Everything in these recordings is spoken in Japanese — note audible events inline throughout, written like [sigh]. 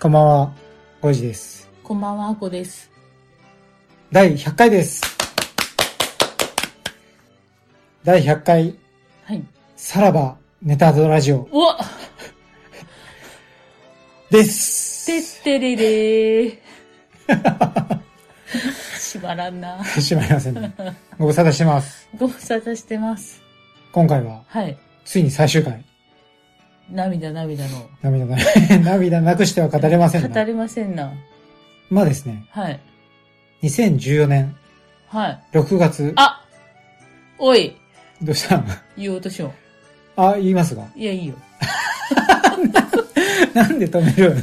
こんばんは、ゴイジです。こんばんはあこです第100回です。第100回、はいさらば、ネタドラジオうわっです。てってれれー [laughs] 縛らんなす。しまいませんね。ご無沙汰してます。ご無沙汰してます今回は、はいついに最終回。涙涙の涙な、 [laughs] 涙なくしては語れません語が。れませんなまあですね、はい2014年はい6月、あおいどうしたの言おうとしよあ、言いますが。ういやいいよなんで止める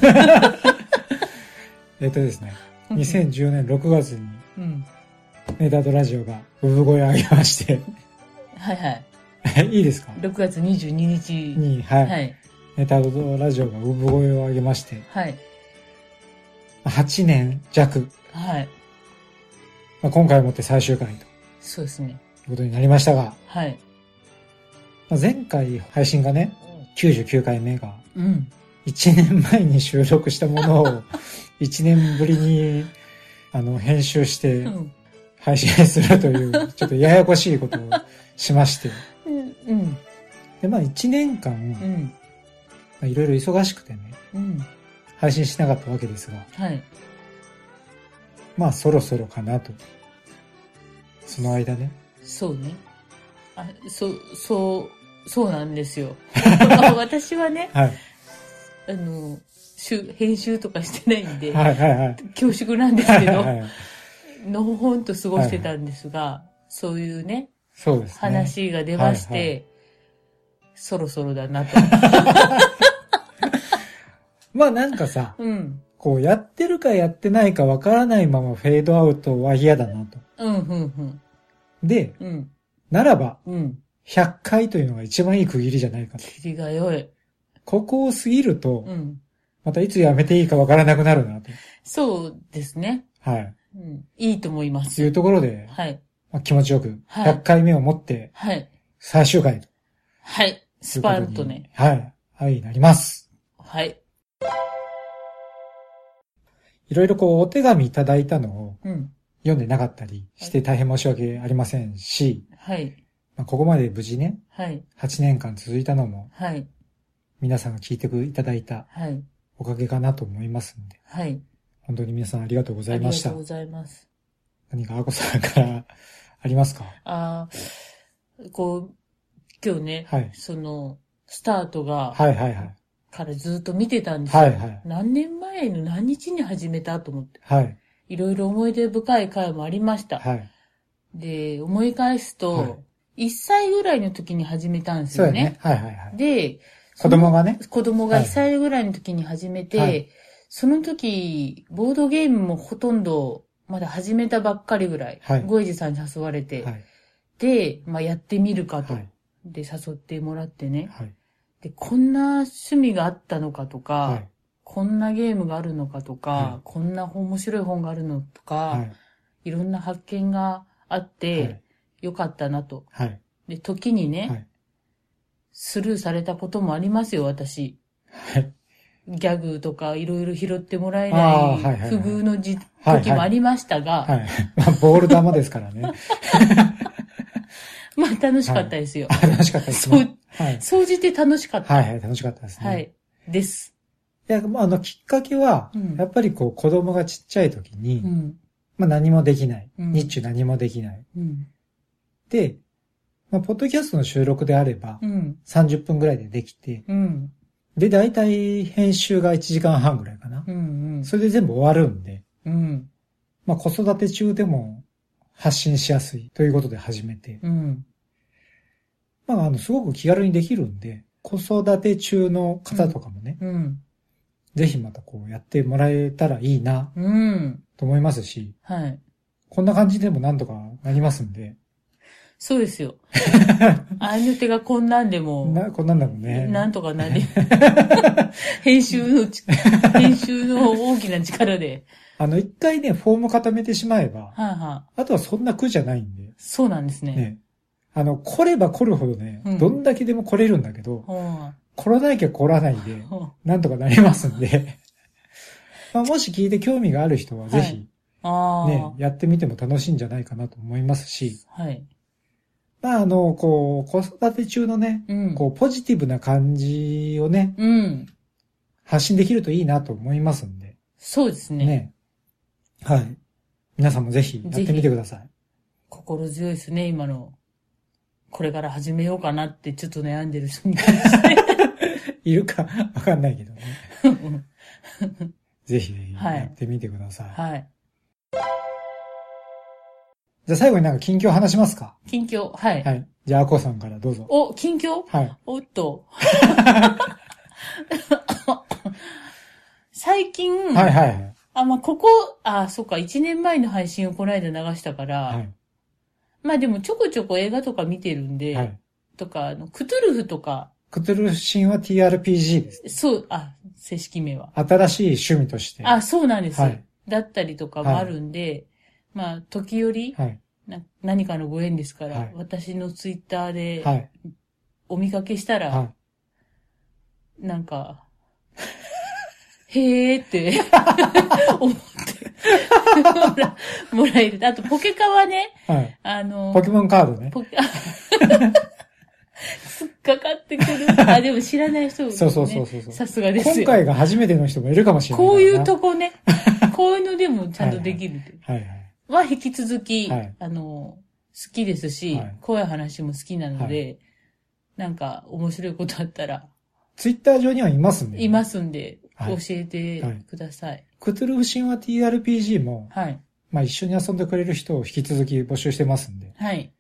[laughs] えっとですね、2014年6月に、うんネタドラジオが産声を上げまして、はいはいえいいですか6月22日に、はい、はいネタドラジオが産声を上げまして、はい8年弱、はいまあ、今回をもって最終回といそうですねうことになりましたが、はいまあ、前回配信がね、99回目が、うん1年前に収録したものを、1年ぶりに、あの、編集しうてん配信するという、ちょっとややこしいことをしまして、うんうんで、まあ1年間、うまんあいろいろ忙しくてね、うん配信しなかったわけですが、はいまあそろそろかなと。その間ね。そうねあそうそうそうなんです [laughs] よ私はねはい。あのしゅ編集とかしてないんではいはいはい。恐縮なんですはいけどはいはいのほほんと過ごしてたんですが、そういうね、そうですね。。話が出まして、はいはそろそろだなと。 [laughs] まあなんかさ、うん。こうやってるかやってないかわからないままフェードアウトは嫌だなと。うん、うん、で、うん。うん。ならば、うん。 100回というのが一番いい区切りじゃないかと。切りが良い。ここを過ぎるとう、ん。またいつやめていいかわからなくなるなと。そうですね。はい。うん。いいと思いまとす。いうところで、はい。まあ、気持ちよく、はい100回目を持って、はい。最終回ということはい。に。スパンとね。。はい。はい、なります。はい。いろいろこう、お手紙いただいたのを、うん。読んでなかったりして大変申し訳ありませんし、はい。まあ、ここまで無事ね、はい。 8年間続いたのもはい。皆さんが聞いていただいたはい。おかげかなと思いますので、はい。本当に皆さんありがとうごあざいりがましとたう。ございます。何かアコさんからありますかあーこう、今日ね、はいその、スタートが、はいはいはい。からずっと見てたんですよ。はいはい。何年前の何日に始めたと思って。はい。いろいろ思い出深い回もありました。はい。で、思い返すと、はい1歳ぐらいの時に始めたんですそうよやねね。。はいはいはい。で、子供がね。その子供がは1い歳ぐらいの時に始めて、はいその時、ボードゲームもほとんど、まだ始めたばっかりぐらい、はいゴイジさんに誘われて、はい。で、まあ、やってみるかと、はい。で、誘ってもらってね。はい。で、こんな趣味があったのかとか、はい。こんなゲームがあるのかとか、はいこんな面白い本があるのとか、はい。い、ろんな発見があって、はいよかったなと。はい。で、時にね、はいスルーされたこともありますよ、私。はい。ギャグとかいろいろ拾ってもらえあーはいはいなはいい不遇のじ、はい時もありましたが、はい。まあ、ボール玉ですからね。まあ楽しかったですよ。あ楽しかったですそうね。はい。総じて楽しかった。はいはい。楽しかったですね。は。い。です。いや、まあ、あの、きっかけは、うんやっぱりこう、子供がちっちゃい時に、うん。まあ、何もできない。うん日中何もできない。うん。で、まあ、ポッドキャストの収録であれば、うん。 30分ぐらいでできて、うん。で、大体編集が1時間半ぐらいかなう。ん。それで全部終わるんで、うん。まあ、子育て中でも発信しやすいということで始めて、うん。まあ、あの、すごく気軽にできるんで、子育て中の方とかもね、うん。ぜひまたこうやってもらえたらいいなうん。と思いますし、はい。こんな感じでもなんとかなりますんで、そうです [laughs] よ。あいの手がこんなんでも、なこんなんだろうね。なんとかなり、編集のち、編集の大きな力で。あの、一回ね、フォーム固めてしまえはば、いはい。あとはそんな苦じゃないんで、そうなんですね。ね。あの、来れば来るほどね、うんどんだけでも来れるんだけど、は来らなきゃ来らないでい、はなんとかなりますんで、 [laughs] まあ、もし聞いて興味がある人は、ぜひ、ね、ああーやってみても楽しいんじゃないかなと思いますし、はい。まあ、あの、こう、子育て中のね、うん。こう、ポジティブな感じをね、うん。発信できるといいなと思いますんで、そうですね。ね。はい。皆さんもぜひやってみてください。心強いですね、今の。これから始めようかなってちょっと悩んでる人に対して。いるかわかんないけどね。うんぜひ、はいやってみてください。はい。じゃあ最後になんか近況話しますか近況、はい。はい。じゃあ、アコさんからどうぞ。お、近況はい。おっと。最近、はいはいはい。あ、まあ、ここ、あ、そっか、1年前の配信をこの間流したから、はい。まあでもちょこちょこ映画とか見てるんで、はい。とか、あの、クトゥルフとか、クトゥルフ神は TRPG です。そう、あ、正式名は。新しい趣味として。あ、そうなんです。はいだったりとかもあるんで、まあ、時折、はい。な何かのご縁ですから、はい私のツイッターではい。お見かけしたら、はなんか、へー [laughs] って、思ってもら、もらえる。あと、ポケカはね、い。はい。あの、ポケモンカードね。ポケ、 [laughs] 突っかかってくる。 [laughs] あ、でも知らない人もね、そうそうそうそうそうさすがですよ。今回が初めての人もいるかもしれない。こういう。とこね、こういうのでもちゃんとできるって。はいはい。は引き続き、はいあの、好きですし、はい怖い話も好きなので、なんか面白いことあったら、ツイッター上にはいますね。いま。すんで、はい教えてください。クトゥルフ神話 TRPG も、はい。まあ一緒に遊んでくれる人を引き続き募集してますんで、はい。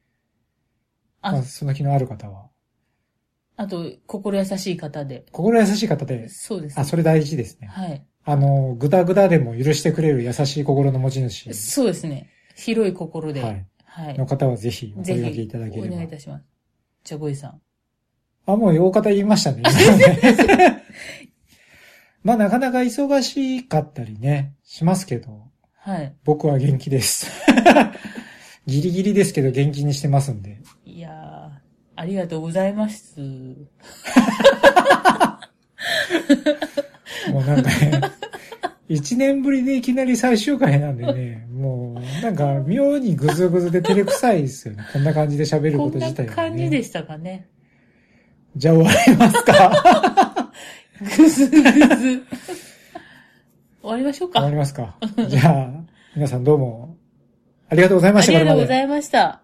まああ、その気のある方は。あと、心優しい方で。心優しい方で、そうです、あ、それ大事ですね。はい。あの、ぐだぐだでも許してくれる優しい心の持ち主。そうですね。広い心で。ははい。い。の方はぜひおぜ声掛けひいただ、けおれば願いい。たします。じゃあ、ゴイさん。あ、もう大方言いましたね。 [laughs] まあなかなか忙しかったりね、しますけど、はい。僕は元気です。 [laughs] ギリギリですけど元気にしてますんで。いやー、ありがとうございます。もうなん [laughs] かね、一年ぶりでいきなり最終回なんでね、もうなんか妙にぐずぐずで照れくさいですよね。こんな感じで喋るここんとな自体が、ね。感じでしたかね。じゃあ終わりますかぐず [laughs] ぐず。終わりましょうか。終わりますかじゃあ、皆さんどうも、ありがとうございまあした。りがこれとまうでございました。